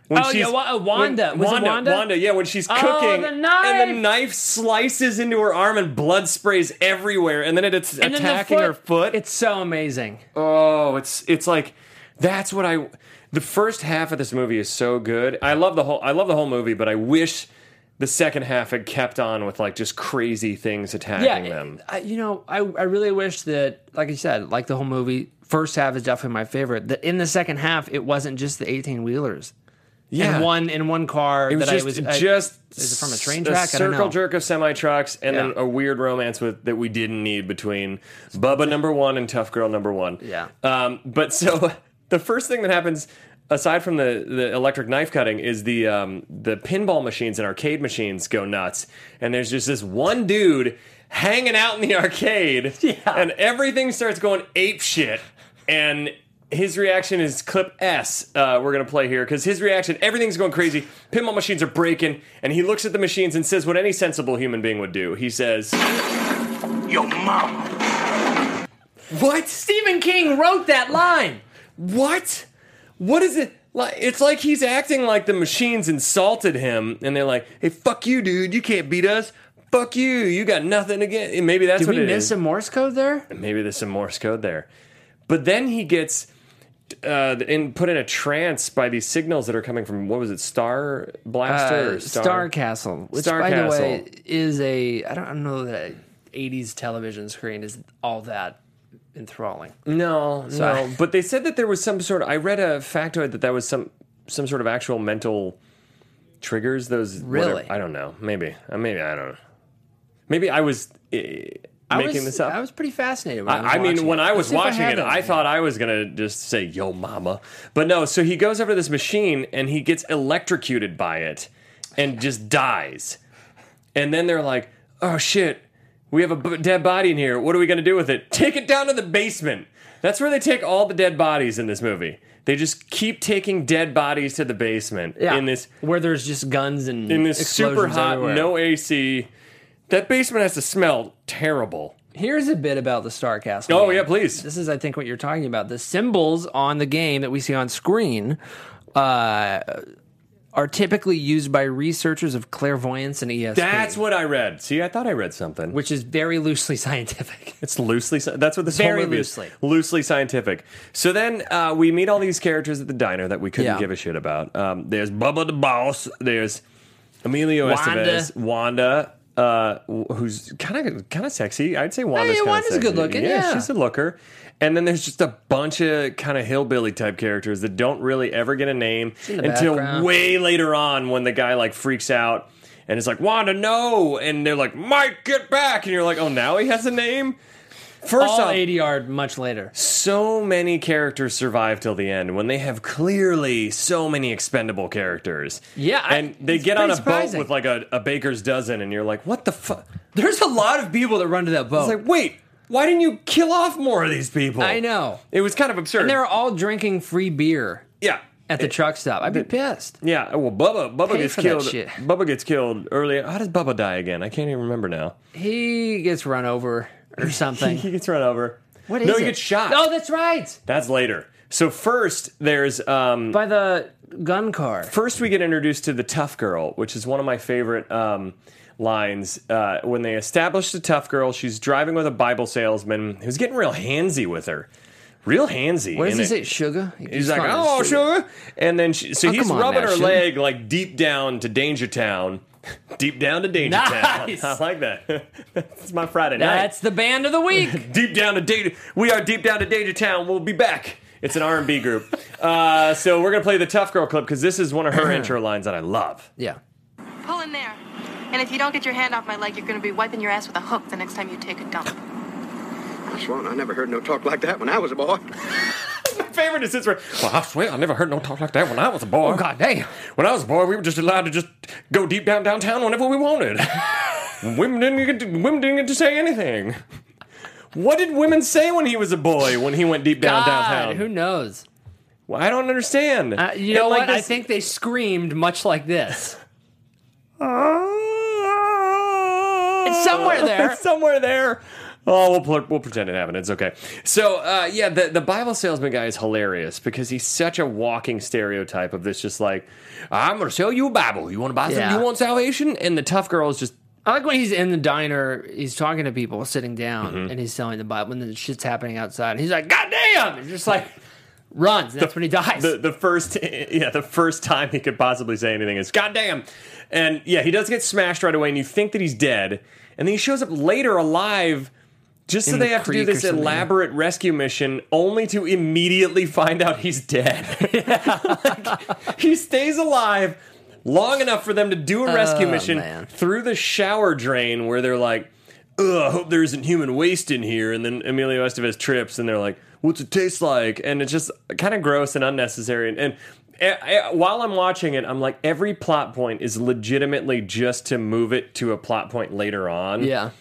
A: When
C: Oh, yeah, Wa- uh, Wanda. Was it
A: Wanda,
C: Wanda?
A: yeah, when she's
C: Oh,
A: cooking
C: the
A: and the
C: knife!
A: knife slices into her arm and blood sprays everywhere, and then it- it's
C: And then the
A: attacking her foot.
C: It's so amazing.
A: Oh, it's it's like that's what I. The first half of this movie is so good. I love the whole. I love the whole movie, but I wish the second half had kept on with like just crazy things attacking them.
C: I, you know, I, I really wish that, like you said, like the whole movie, first half is definitely my favorite. That in the second half, it wasn't just the eighteen wheelers.
A: Yeah,
C: in one in one car
A: It was
C: that
A: just
C: I was
A: just
C: I, is it from a train
A: s-
C: track? I don't
A: circle
C: know.
A: jerk of semi trucks, and then
C: Yeah.
A: a weird romance with that we didn't need between Bubba number one and Tough Girl number one.
C: Yeah.
A: Um, but so the first thing that happens. Aside from the, the electric knife cutting, is the um, the pinball machines and arcade machines go nuts, and there's just this one dude hanging out in the arcade, and everything starts going ape shit, and his reaction is clip S. Uh, we're gonna play here because his reaction, everything's going crazy. Pinball machines are breaking, and he looks at the machines and says what any sensible human being would do. He says,
G: Your mom.
A: "What?
C: Stephen King wrote that line.
A: What? What is it?" Like, it's like he's acting like the machines insulted him, and they're like, "Hey, fuck you, dude! You can't beat us. Fuck you! You got nothing again." And maybe that's
C: Did
A: what
C: we
A: it
C: miss
A: is.
C: some Morse code there?
A: maybe there's some Morse code there. But then he gets uh, in, put in a trance by these signals that are coming from what was it, Star Blaster
C: Uh,
A: or Star?
C: Star Castle, which
A: Star
C: by
A: Castle.
C: the way is a I don't, I don't know that '80s television screen is all that enthralling.
A: No,
C: Sorry.
A: no. But they said that there was some sort. Of, I read a factoid that that was some some sort of actual mental triggers. Those whatever-
C: Really?
A: I don't know. Maybe uh, maybe I don't know. Maybe I was. Uh,
C: I
A: Making
C: was,
A: this up.
C: I was pretty fascinated. When I, was
A: I, I mean,
C: watching
A: when
C: it.
A: I
C: Let's
A: was
C: see if
A: watching
C: have
A: it,
C: that
A: I
C: in
A: thought I was gonna just say "Yo, mama," but no. So he goes over to this machine and he gets electrocuted by it and just dies. And then they're like, "Oh shit, we have a b- dead body in here. What are we gonna do with it? Take it down to the basement." That's where they take all the dead bodies in this movie. They just keep taking dead bodies to the basement
C: there. Yeah.
A: in this
C: where there's just guns and
A: in this
C: explosions
A: super hot,
C: everywhere.
A: no AC. That basement has to smell terrible.
C: Here's a bit about the Star Castle.
A: Oh
C: game.
A: yeah, please.
C: This is, I think, what you're talking about. The symbols on the game that we see on screen uh, are typically used by researchers of clairvoyance and ESP.
A: That's what I read. See, I thought I read something.
C: which is very loosely scientific.
A: It's loosely. sci- That's what this
C: Very
A: whole movie
C: loosely.
A: is. Loosely scientific. So then uh, we meet all these characters at the diner that we couldn't
C: Yeah.
A: give a shit about. Um, there's Bubba the Boss. There's Emilio
C: Wanda.
A: Estevez. Wanda. Uh, wh- who's kind of kind of sexy? I'd say Wanda's
C: Hey,
A: kind
C: Wanda's
A: sexy.
C: good looking, yeah.
A: she's a looker. And then there's just a bunch of kind of hillbilly type characters that don't really ever get a name
C: in the
A: until
C: background.
A: way later on when the guy like freaks out and is like Wanda, no, and they're like Mike, get back, and you're like, oh, now he has a name. First
C: all
A: off,
C: 80 yard much later.
A: so many characters survive till the end when they have clearly so many expendable characters.
C: Yeah, I-
A: and they
C: it's
A: get on
C: pretty
A: a
C: surprising.
A: boat with like a, a baker's dozen, and you're like, what the fuck?
C: There's a lot of people that run to that boat.
A: It's like, wait, why didn't you kill off more of these people?
C: I know.
A: It was kind of absurd.
C: and they're all drinking free beer
A: yeah.
C: at Eh, the truck stop. I'd be pissed.
A: Yeah, well, Bubba, Bubba
C: Pay
A: gets
C: for that
A: killed.
C: shit.
A: Bubba gets killed earlier. How does Bubba die again? I can't even remember now.
C: He gets run over or something.
A: He gets run over.
C: What
A: no,
C: is
A: he
C: it?
A: gets shot.
C: Oh, that's right.
A: That's later. So first, there's um,
C: By the gun car.
A: first we get introduced to the tough girl, which is one of my favorite um, lines. Uh, when they establish the tough girl, she's driving with a Bible salesman who's getting real handsy with her, real handsy.
C: What
A: in
C: does he
A: it.
C: say? Sugar? He keeps
A: He's like,
C: calling it
A: oh, sugar. And then she, so
C: Oh,
A: he's
C: come on
A: rubbing
C: now,
A: her
C: sugar.
A: leg like deep down to Danger Town. deep down to Danger
C: Nice.
A: Town. I like that. It's my Friday
C: That's the band of the week.
A: night. Deep down to Danger. We are deep down to Danger Town. We'll be back. It's an R&B group. uh, so we're going to play the Tough Girl clip because this is one of her intro lines that I love.
C: yeah.
H: Pull in there. And if you don't get your hand off my leg, you're gonna be wiping your ass with a hook the next time you take a dump.
I: Gosh, Ron, I never heard no talk like that when I was a boy.
A: My favorite is this one. Well, I swear I never heard no talk like that when I was a boy. Oh, God damn. When I was a boy, we were just allowed to just go deep down downtown whenever we wanted. women, didn't get to, women didn't get to say anything. What did women say when he was a boy when he went deep down
C: God,
A: downtown?
C: who knows?
A: Well, I don't understand.
C: Uh, you
A: And
C: know
A: like
C: what? I
A: this-
C: think they screamed much like this. It's somewhere there.
A: somewhere there. Oh, we'll, pl- we'll pretend it happened. It's okay. So, uh, yeah, the, the Bible salesman guy is hilarious because he's such a walking stereotype of this just like, I'm going to sell you a Bible. You want to buy something?
C: Yeah.
A: You want salvation? And the tough girl is just,
C: I like when he's in the diner, he's talking to people sitting down,
A: Mm-hmm.
C: and he's selling the Bible, and then shit's happening outside, and he's like, "God damn!" And just like runs. and That's when he dies.
A: the, the first yeah the first time he could possibly say anything is goddamn and yeah he does get smashed right away and you think that he's dead and then he shows up later alive just so
C: In
A: they
C: the
A: have to do
C: creek or
A: this
C: something.
A: elaborate rescue mission only to immediately find out he's dead Like, he stays alive long enough for them to do a rescue
C: Oh,
A: mission
C: man.
A: through the shower drain where they're like Ugh, I hope there isn't human waste in here. And then Emilio Estevez trips, and they're like, "What's it taste like?" And it's just kind of gross and unnecessary. And, and eh, eh, while I'm watching it, I'm like, every plot point is legitimately just to move it to a plot point later on.
C: yeah.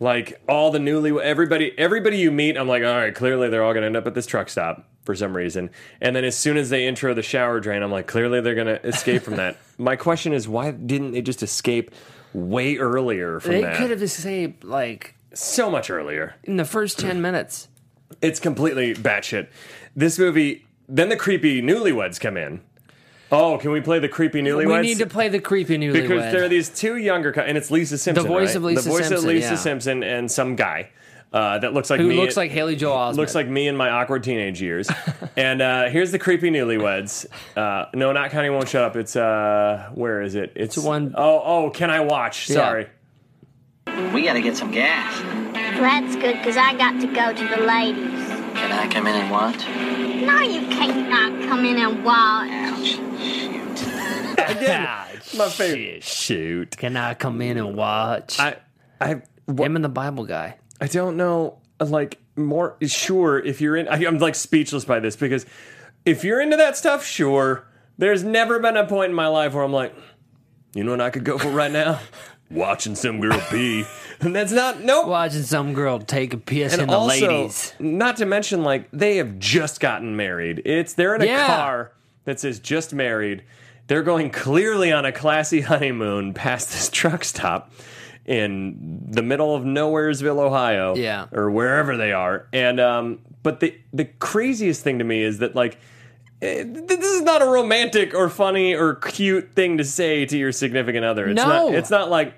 A: like all the newly everybody everybody you meet, I'm like, all right, clearly they're all gonna end up at this truck stop for some reason. And then as soon as they intro the shower drain, I'm like, clearly they're gonna escape from that. My question is, why didn't they just escape? Way earlier from
C: They
A: that,
C: could have escaped like
A: so much earlier.
C: in the first ten minutes.
A: It's completely batshit. This movie, then the creepy newlyweds come in. Oh, can we play the creepy newlyweds?
C: We need to play the creepy newlywed.
A: because there are these two younger, co- and it's Lisa Simpson,
C: voice
A: right?
C: of Lisa
A: the voice of
C: Simpson,
A: Lisa
C: yeah.
A: Simpson, and some guy uh, that looks like
C: who
A: me.
C: looks like Haley Joel Osment.
A: looks like me in my awkward teenage years. and uh, here's the creepy newlyweds. Uh, no, not County Won't Shut Up. It's uh, where is it? It's
C: one-
A: Oh, oh, can I watch?
C: Yeah.
A: Sorry.
E: We gotta get some gas.
J: That's good, because I got to go to the ladies.
E: Can I come in and watch?
J: No, you can't not come in and watch.
E: Ouch. Shoot.
C: Ah,
A: My favorite. Shoot.
C: Can I come in and watch?
A: I, I,
C: Him and the Bible guy.
A: I don't know. Like more sure if you're in. I, I'm like speechless by this because if you're into that stuff, sure. There's never been a point in my life where I'm like, you know what I could go for right now? Watching some girl pee, and that's not nope.
C: Watching some girl take a piss
A: and
C: in the
A: also,
C: ladies.
A: not to mention like they have just gotten married. It's they're in a
C: Yeah.
A: car that says just married. They're going clearly on a classy honeymoon past this truck stop in the middle of nowheresville, Ohio,
C: Yeah.
A: or wherever they are. And um, but the the craziest thing to me is that like. eh, This is not a romantic or funny or cute thing to say to your significant other. It's
C: No.
A: not, it's not like,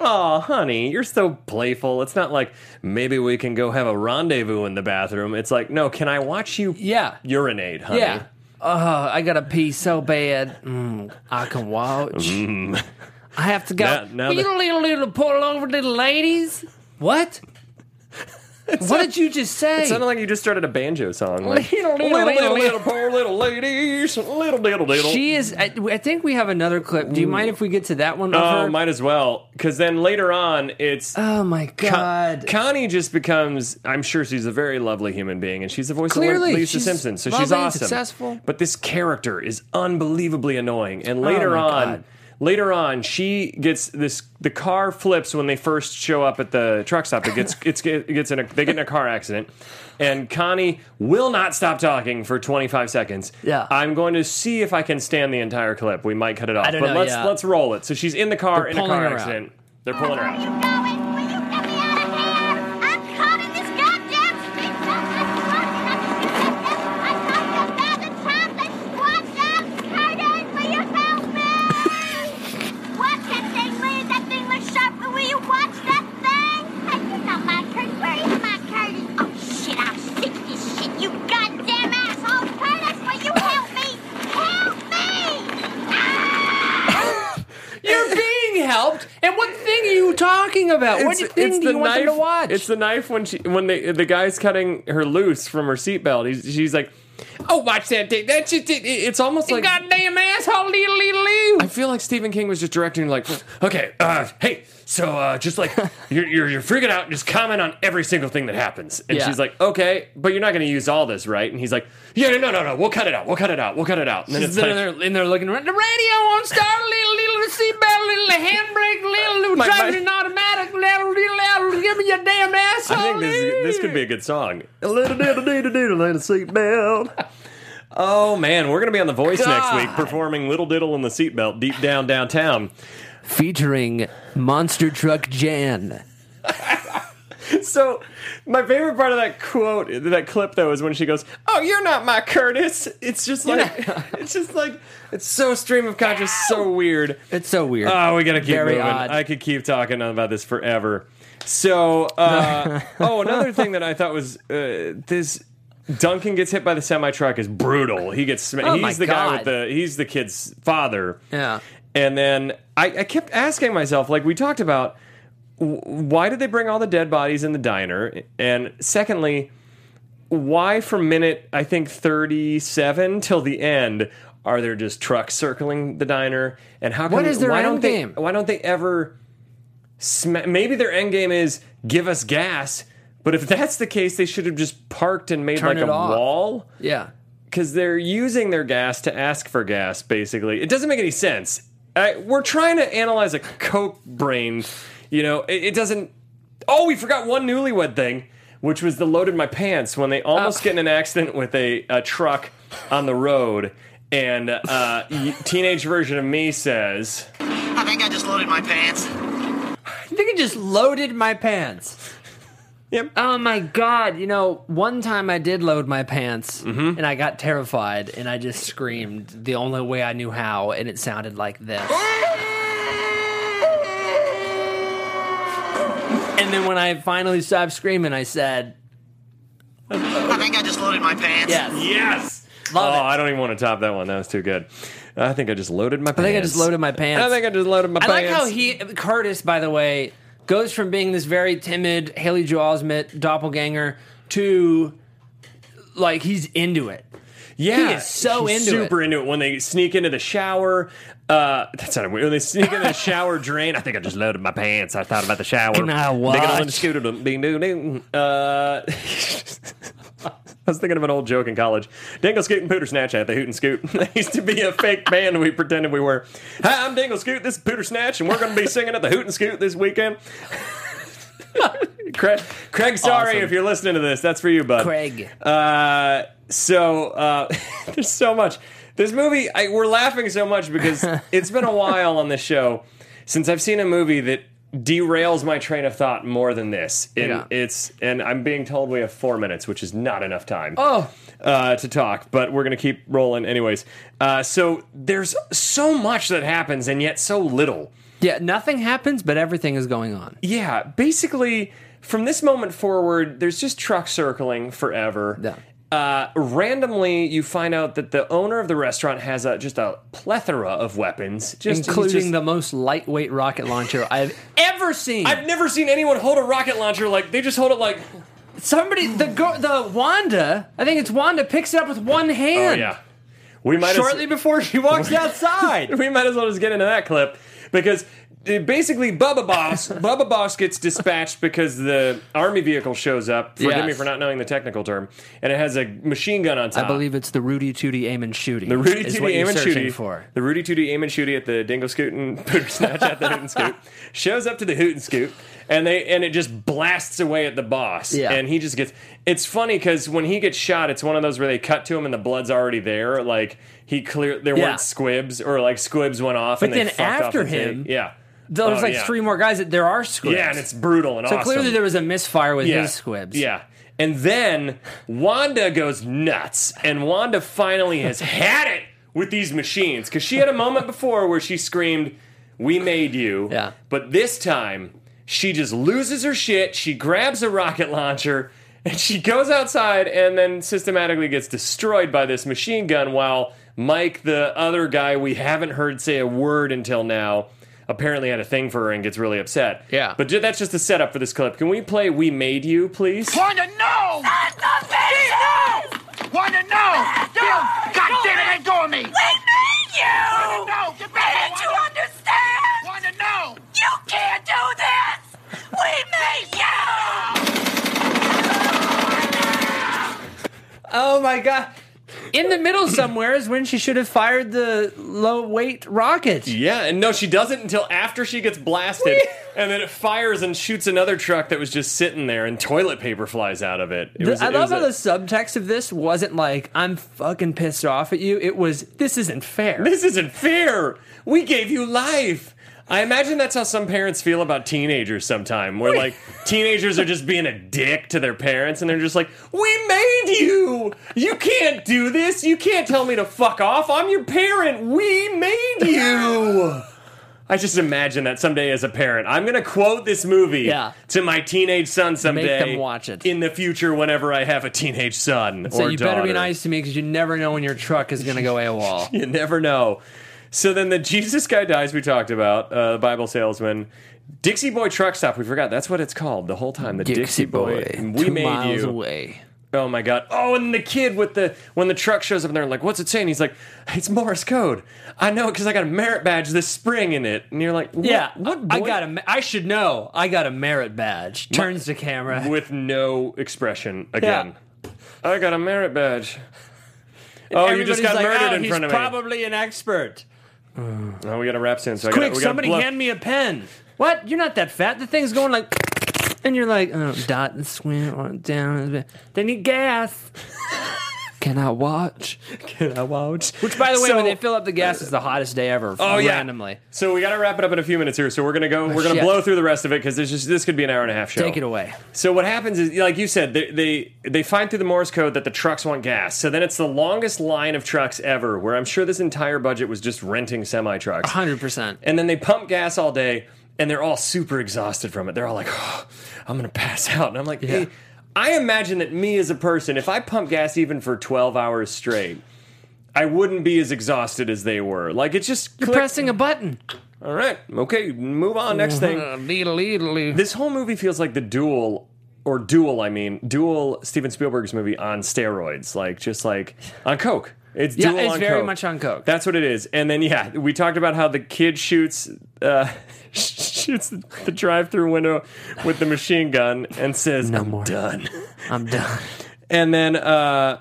A: oh, honey, you're so playful. It's not like maybe we can go have a rendezvous in the bathroom. It's like, no, can I watch you
C: Yeah.
A: urinate, honey?
C: Yeah. Oh, I gotta pee so bad. Mm, I can watch. I have to go.
A: Mm. Now- now
C: Will you
A: that-
C: little little pull over to the ladies. What? what did you just say?
A: It sounded like you just started a banjo song. Like,
C: Little,
A: little,
C: little,
A: little,
C: little,
A: little, poor little ladies, little diddle diddle.
C: She is. I, I think we have another clip. Do you mind if we get to that one? of
A: Oh,
C: her?
A: might as well, because then later on, it's
C: oh my god!
A: Connie just becomes. I'm sure she's a very lovely human being, and she's the voice
C: Clearly,
A: of Lisa
C: she's
A: Simpson, so
C: lovely
A: she's
C: and
A: awesome.
C: successful.
A: But this character is unbelievably annoying, and later
C: Oh my
A: on.
C: God.
A: Later on, she gets this. The car flips when they first show up at the truck stop. It gets, it's, it gets in a, they get in a car accident, and Connie will not stop talking for 25 seconds.
C: Yeah.
A: I'm going to see if I can stand the entire clip. We might cut it off,
C: don't
A: but
C: know,
A: let's
C: yeah.
A: let's roll it. So she's in the car
C: They're
A: in a
C: pulling
A: car
C: her out.
A: accident. They're pulling her out.
C: You're being helped. And what thing are you talking about? what
A: It's-
C: thing
A: it's
C: do you want them
A: knife,
C: to watch?
A: It's the knife when she when they the guy's cutting her loose from her seatbelt. He's, she's like, "Oh, watch that thing. That's just it, it's almost like
C: goddamn asshole, leetle leetle loo.
A: I feel like Stephen King was just directing like, okay, uh, hey, so uh, just like you're, you're you're freaking out, just comment on every single thing that happens. And
C: Yeah.
A: she's like, okay, but you're not going to use all this, right? And he's like, yeah, no, no, no, we'll cut it out, we'll cut it out, we'll cut it out. And then
C: She's
A: it's
C: sitting
A: like,
C: there, in there looking around. The radio on star, little, little, the seatbelt, little, handbrake, little,
A: My- my-
C: driving an automatic, little, little, little, give me your damn asshole.
A: I think this, this could be a good song. Oh man, we're gonna be on The Voice next week,
C: God.
A: performing "Little Diddle in the Seatbelt" deep down downtown.
C: Featuring Monster Truck Jan.
A: So, my favorite part of that quote, that clip though, is when she goes, "Oh, you're not my Curtis." It's just like, it's just like, it's so stream of conscious, so weird.
C: It's so weird.
A: Oh, we gotta keep
C: Very
A: moving.
C: odd.
A: I could keep talking about this forever. So, uh, oh, another thing that I thought was uh, this. Duncan gets hit by the semi truck is brutal. He gets sma-
C: Oh,
A: he's
C: my
A: the guy with
C: God.
A: the he's the kid's father.
C: yeah.
A: And then I, I kept asking myself, like we talked about, w- why did they bring all the dead bodies in the diner? And secondly, why from minute I think thirty-seven till the end are there just trucks circling the diner? And how? Come,
C: What is their
A: why
C: end
A: don't they,
C: game?
A: Why don't they ever? Sma- maybe their end game is give us gas. But if that's the case, they should have just parked and made
C: Turn
A: like
C: it
A: a
C: off.
A: wall
C: Yeah.
A: because they're using their gas to ask for gas. Basically, it doesn't make any sense. I, we're trying to analyze a coke brain. You know, it, it doesn't. Oh, we forgot one newlywed thing, which was the load in my pants when they almost get in an accident with a, a truck on the road. And uh, y- teenage version of me says,
G: I think I just loaded my pants.
C: I think it just loaded my pants.
A: Yep.
C: Oh my god! You know, one time I did load my pants, and I got terrified, and I just screamed the only way I knew how, and it sounded like this. and then when I finally stopped screaming, I said,
G: I think I just loaded my pants.
C: "Yes."
A: "Yes."
C: Love
A: oh,
C: it.
A: I don't even want to top that one. That was too good. I think I just loaded my
C: I
A: pants.
C: think I just loaded my pants.
A: I think I just loaded my
C: I
A: pants.
C: like how he Curtis, by the way, goes from being this very timid Haley Joel Osment doppelganger to like he's into it.
A: Yeah,
C: He is so
A: he's
C: into it.
A: super into it when they sneak into the shower. Uh, that sounded weird. When they sneak into the shower drain, I think I just loaded my pants. I thought about the shower.
C: Can I watch?
A: They're gonna shoot them. Ding ding ding. Uh, I was thinking of an old joke in college. Dingle Scoot and Pooter Snatch at the Hoot and Scoot. that used to be a fake band we pretended we were. Hi, I'm Dingle Scoot. This is Pooter Snatch, and we're going to be singing at the Hoot and Scoot this weekend. Craig, Craig, sorry
C: Awesome.
A: if you're listening to this. That's for you, bud.
C: Craig.
A: Uh, so uh, there's so much. This movie, I, we're laughing so much because it's been a while on this show since I've seen a movie that derails my train of thought more than this. And
C: Yeah.
A: it's and I'm being told we have four minutes, which is not enough time
C: Oh.
A: uh, to talk. But we're gonna keep rolling, anyways. Uh, so there's so much that happens and yet so little.
C: Yeah, nothing happens, but everything is going on.
A: Yeah, basically, from this moment forward, there's just truck circling forever.
C: Yeah.
A: Uh, randomly, you find out that the owner of the restaurant has a, just a plethora of weapons, just he's
C: including
A: just-
C: the most lightweight rocket launcher I've ever seen.
A: I've never seen anyone hold a rocket launcher like they just hold it like
C: Somebody, the girl, the Wanda, I think it's Wanda, picks it up with one hand.
A: Oh yeah, we might
C: Shortly
A: before she walks outside. we might as well just get into that clip because uh, basically Bubba Boss, Bubba Boss gets dispatched because the army vehicle shows up. Forgive me
C: Yes.
A: for not knowing the technical term, and it has a machine gun on top.
C: I believe it's the Rudy Tooty aim and shooty.
A: Uh, The Rudy
C: is
A: Tooty
C: what you're
A: aim and
C: searching
A: shooty
C: for.
A: The Rudy Tooty aim and shooty at the Dingo Scoot and Pooter Snatch at the Hoot and Scoot shows up to the Hoot and Scoot, and they and it just blasts away at the boss.
C: Yeah.
A: and he just gets. It's funny because when he gets shot, it's one of those where they cut to him and the blood's already there. Like he clear, there
C: Yeah.
A: weren't squibs or like squibs went off. and
C: But
A: they
C: then
A: fucked off
C: after
A: the tape.
C: him,
A: yeah,
C: There's
A: Oh,
C: like
A: yeah.
C: three more guys that there are squibs.
A: Yeah, and it's brutal and
C: so
A: awesome.
C: clearly there was a misfire with
A: Yeah.
C: his squibs.
A: Yeah. And then Wanda goes nuts, and Wanda finally has had it with these machines because she had a moment before where she screamed, "We made you!" Yeah. But this time, she just loses her shit. She grabs a rocket launcher and she goes outside, and then systematically gets destroyed by this machine gun. While Mike, the other guy we haven't heard say a word until now, apparently had a thing for her and gets really upset. Yeah. But ju- that's just the setup for this clip. Can we play "We Made You," please?
E: Wanda, no! That's the No! Wanda, no! Bill, God damn it, let go of me! We made you! Wanda, no! Get back, Didn't you understand? Wanda, no! You can't do this! We made you!
C: Oh my god. In the middle somewhere is when she should have fired the low weight rocket.
A: Yeah, and no, she doesn't until after she gets blasted, and then it fires and shoots another truck that was just sitting there, and toilet paper flies out of it. It
C: The-
A: was,
C: I
A: it was
C: love how
A: a-
C: the subtext of this wasn't like "I'm fucking pissed off at you." It was "This isn't fair."
A: This isn't fair. We gave you life. I imagine that's how some parents feel about teenagers sometime, where like teenagers are just being a dick to their parents and they're just like, We made you! You can't do this! You can't tell me to fuck off! I'm your parent! We made you! I just imagine that someday as a parent, I'm gonna quote this movie
C: Yeah.
A: to my teenage son someday.
C: them watch it.
A: In the future, whenever I have a teenage son.
C: So
A: or
C: you better be
A: daughter.
C: nice to me because you never know when your truck is going to go AWOL.
A: you never know. So then the Jesus guy dies, we talked about, uh, the Bible salesman. Dixie Boy Truck Stop, we forgot. That's what it's called the whole time. The Dixie, Boy. We
C: two
A: made
C: miles
A: you.
C: away.
A: Oh my god. Oh, and the kid with the when the truck shows up and they're like, what's it saying? He's like, it's Morse code. I know it because I got a merit badge this spring in it. And you're like, what,
C: Yeah,
A: what
C: I
A: boy-
C: got a. me- I should know. I got a merit badge. Turns to camera.
A: with no expression again. I got a merit badge. oh, you just
C: Everybody's
A: got
C: like,
A: murdered
C: "Oh,
A: in
C: he's
A: front of
C: Probably an expert.
A: me. Oh, we got to wrap soon. So I gotta-
C: Quick,
A: we gotta
C: somebody
A: blow-
C: hand me a pen. What? You're not that fat. The thing's going like, and you're like, oh, dot and squint or down. They need gas. Can I watch?
A: Can I watch?
C: Which, by the way,
A: So-
C: when they fill up the gas, is the hottest day ever.
A: Oh yeah.
C: Uh, randomly.
A: So we got to wrap it up in a few minutes here. So we're gonna go. we're gonna
C: shit.
A: blow through the rest of it because this just this could be an hour and a half show.
C: Take it away.
A: So what happens is, like you said, they, they they find through the Morse code that the trucks want gas. So then it's the longest line of trucks ever. Where I'm sure this entire budget was just renting semi trucks.
C: Hundred percent.
A: And then they pump gas all day, and they're all super exhausted from it. They're all like, oh, "I'm gonna pass out," and I'm like, "Hey." I imagine that me as a person, if I pump gas even for 12 hours straight, I wouldn't be as exhausted as they were. Like it's just
C: You're pressing a button. Uh,
A: all right. Okay. Move on. Next
C: Mm-hmm.
A: thing. This whole movie feels like the duel, or duel, I mean, duel Steven Spielberg's movie on steroids. Like, just like on Coke. It's
C: Yeah,
A: duel
C: it's
A: on
C: very
A: Coke.
C: much on coke.
A: That's what it is. And then, yeah, we talked about how the kid shoots. Uh, Shoots the- the drive-through window with the machine gun and says, "I'm done."
C: I'm done.
A: And then uh,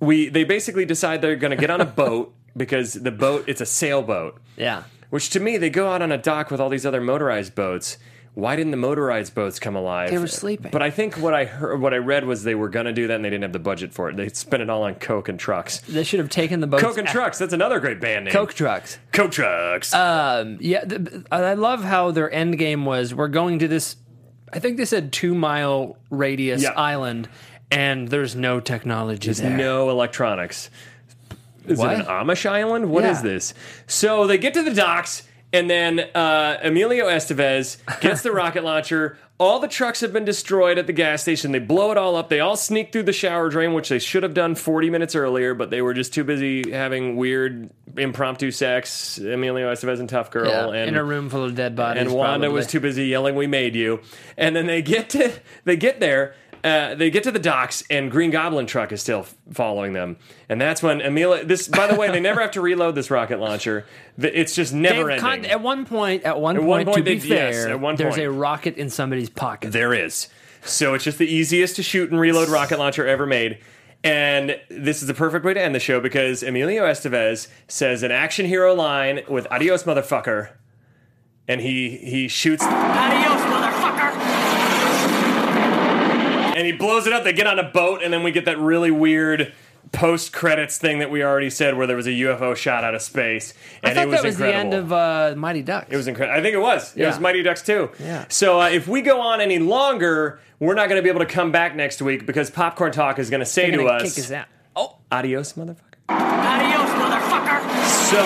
A: we they basically decide they're going to get on a boat because the boat it's a sailboat.
C: Yeah.
A: Which to me, they go out on a dock with all these other motorized boats. Why didn't the motorized boats come alive?
C: They were sleeping.
A: But I think what I heard, what I read was they were gonna do that, and they didn't have the budget for it. They spent it all on coke and trucks.
C: They should have taken the boat.
A: coke and trucks. That's another great band name.
C: Coke trucks.
A: Coke trucks.
C: Um, yeah, th- I love how their end game was we're going to this, I think they said two mile radius
A: Yeah.
C: island, and there's no technology
A: There's
C: there.
A: no electronics. Is
C: What?
A: it an Amish island? What is
C: Yeah.
A: this? So they get to the docks, and then uh, Emilio Estevez gets the rocket launcher. All the trucks have been destroyed at the gas station. They blow it all up. They all sneak through the shower drain, which they should have done 40 minutes earlier, but they were just too busy having weird impromptu sex. Emilio Estevez and Tough Girl.
C: Yeah,
A: and
C: in a room full of dead bodies.
A: and Wanda
C: probably.
A: was too busy yelling, "We made you!" And then they get to they get there, Uh, they get to the docks, and Green Goblin truck is still f- following them. And that's when Amelia. This, by the way, they never have to reload this rocket launcher. Th- It's just never
C: They've
A: ending.
C: con- at one point, at one
A: At
C: point,
A: one
C: to
A: point
C: be
A: they-
C: fair,
A: yes, at one
C: there's
A: point.
C: a rocket in somebody's pocket.
A: There is. So it's just the easiest to shoot and reload rocket launcher ever made. And this is the perfect way to end the show because Emilio Estevez says an action hero line with adios, motherfucker. And he, he shoots.
E: Adios, motherfucker.
A: and he blows it up. They get on a boat, and then we get that really weird post credits thing that we already said, where there was a UFO shot out of space,
C: I
A: and
C: thought
A: it was
C: that was
A: incredible.
C: the end of uh, Mighty Duck.
A: it was incredible. I think it was. It was
C: Yeah.
A: Mighty Ducks too.
C: Yeah.
A: So uh, if we go on any longer, we're not going to be able to come back next week because Popcorn Talk is going to say
C: They're
A: to
C: gonna
A: us,
C: kick his ass.
A: "Adios, motherfucker."
E: Adios, motherfucker.
A: So,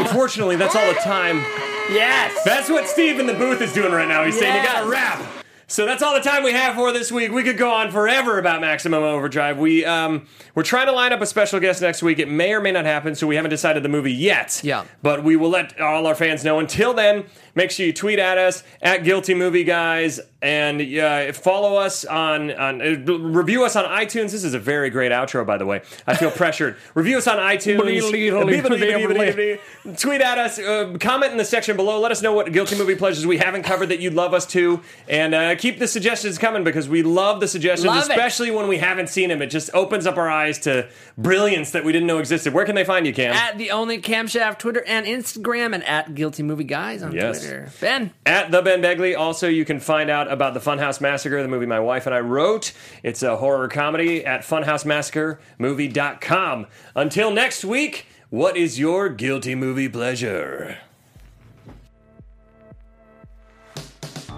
A: unfortunately, that's all the time.
C: Yes.
A: That's what Steve in the booth is doing right now. He's saying, "You got to
E: Yes.
A: wrap." So that's all the time we have for this week. We could go on forever about Maximum Overdrive. We um, we're trying to line up a special guest next week. It may or may not happen, so we haven't decided the movie yet. Yeah. But we will let all our fans know. Until then, make sure you tweet at us at Guilty Movie Guys and uh, follow us on on uh, review us on iTunes. This is a very great outro, by the way. I feel pressured. review us on iTunes. Tweet at us. Uh, comment in the section below. Let us know what guilty movie pleasures we haven't covered that you'd love us to, and uh, keep the suggestions coming because we love the suggestions,
C: Love it.
A: especially when we haven't seen them. It just opens up our eyes to brilliance that we didn't know existed. Where can they find you, Cam?
C: At the only camshaft Twitter and Instagram, and at Guilty Movie Guys on
A: Yes.
C: Twitter. Ben.
A: At the Ben Begley. Also, you can find out about the Funhouse Massacre, the movie my wife and I wrote. It's a horror comedy at funhousemassacremovie.com. Until next week, what is your guilty movie pleasure?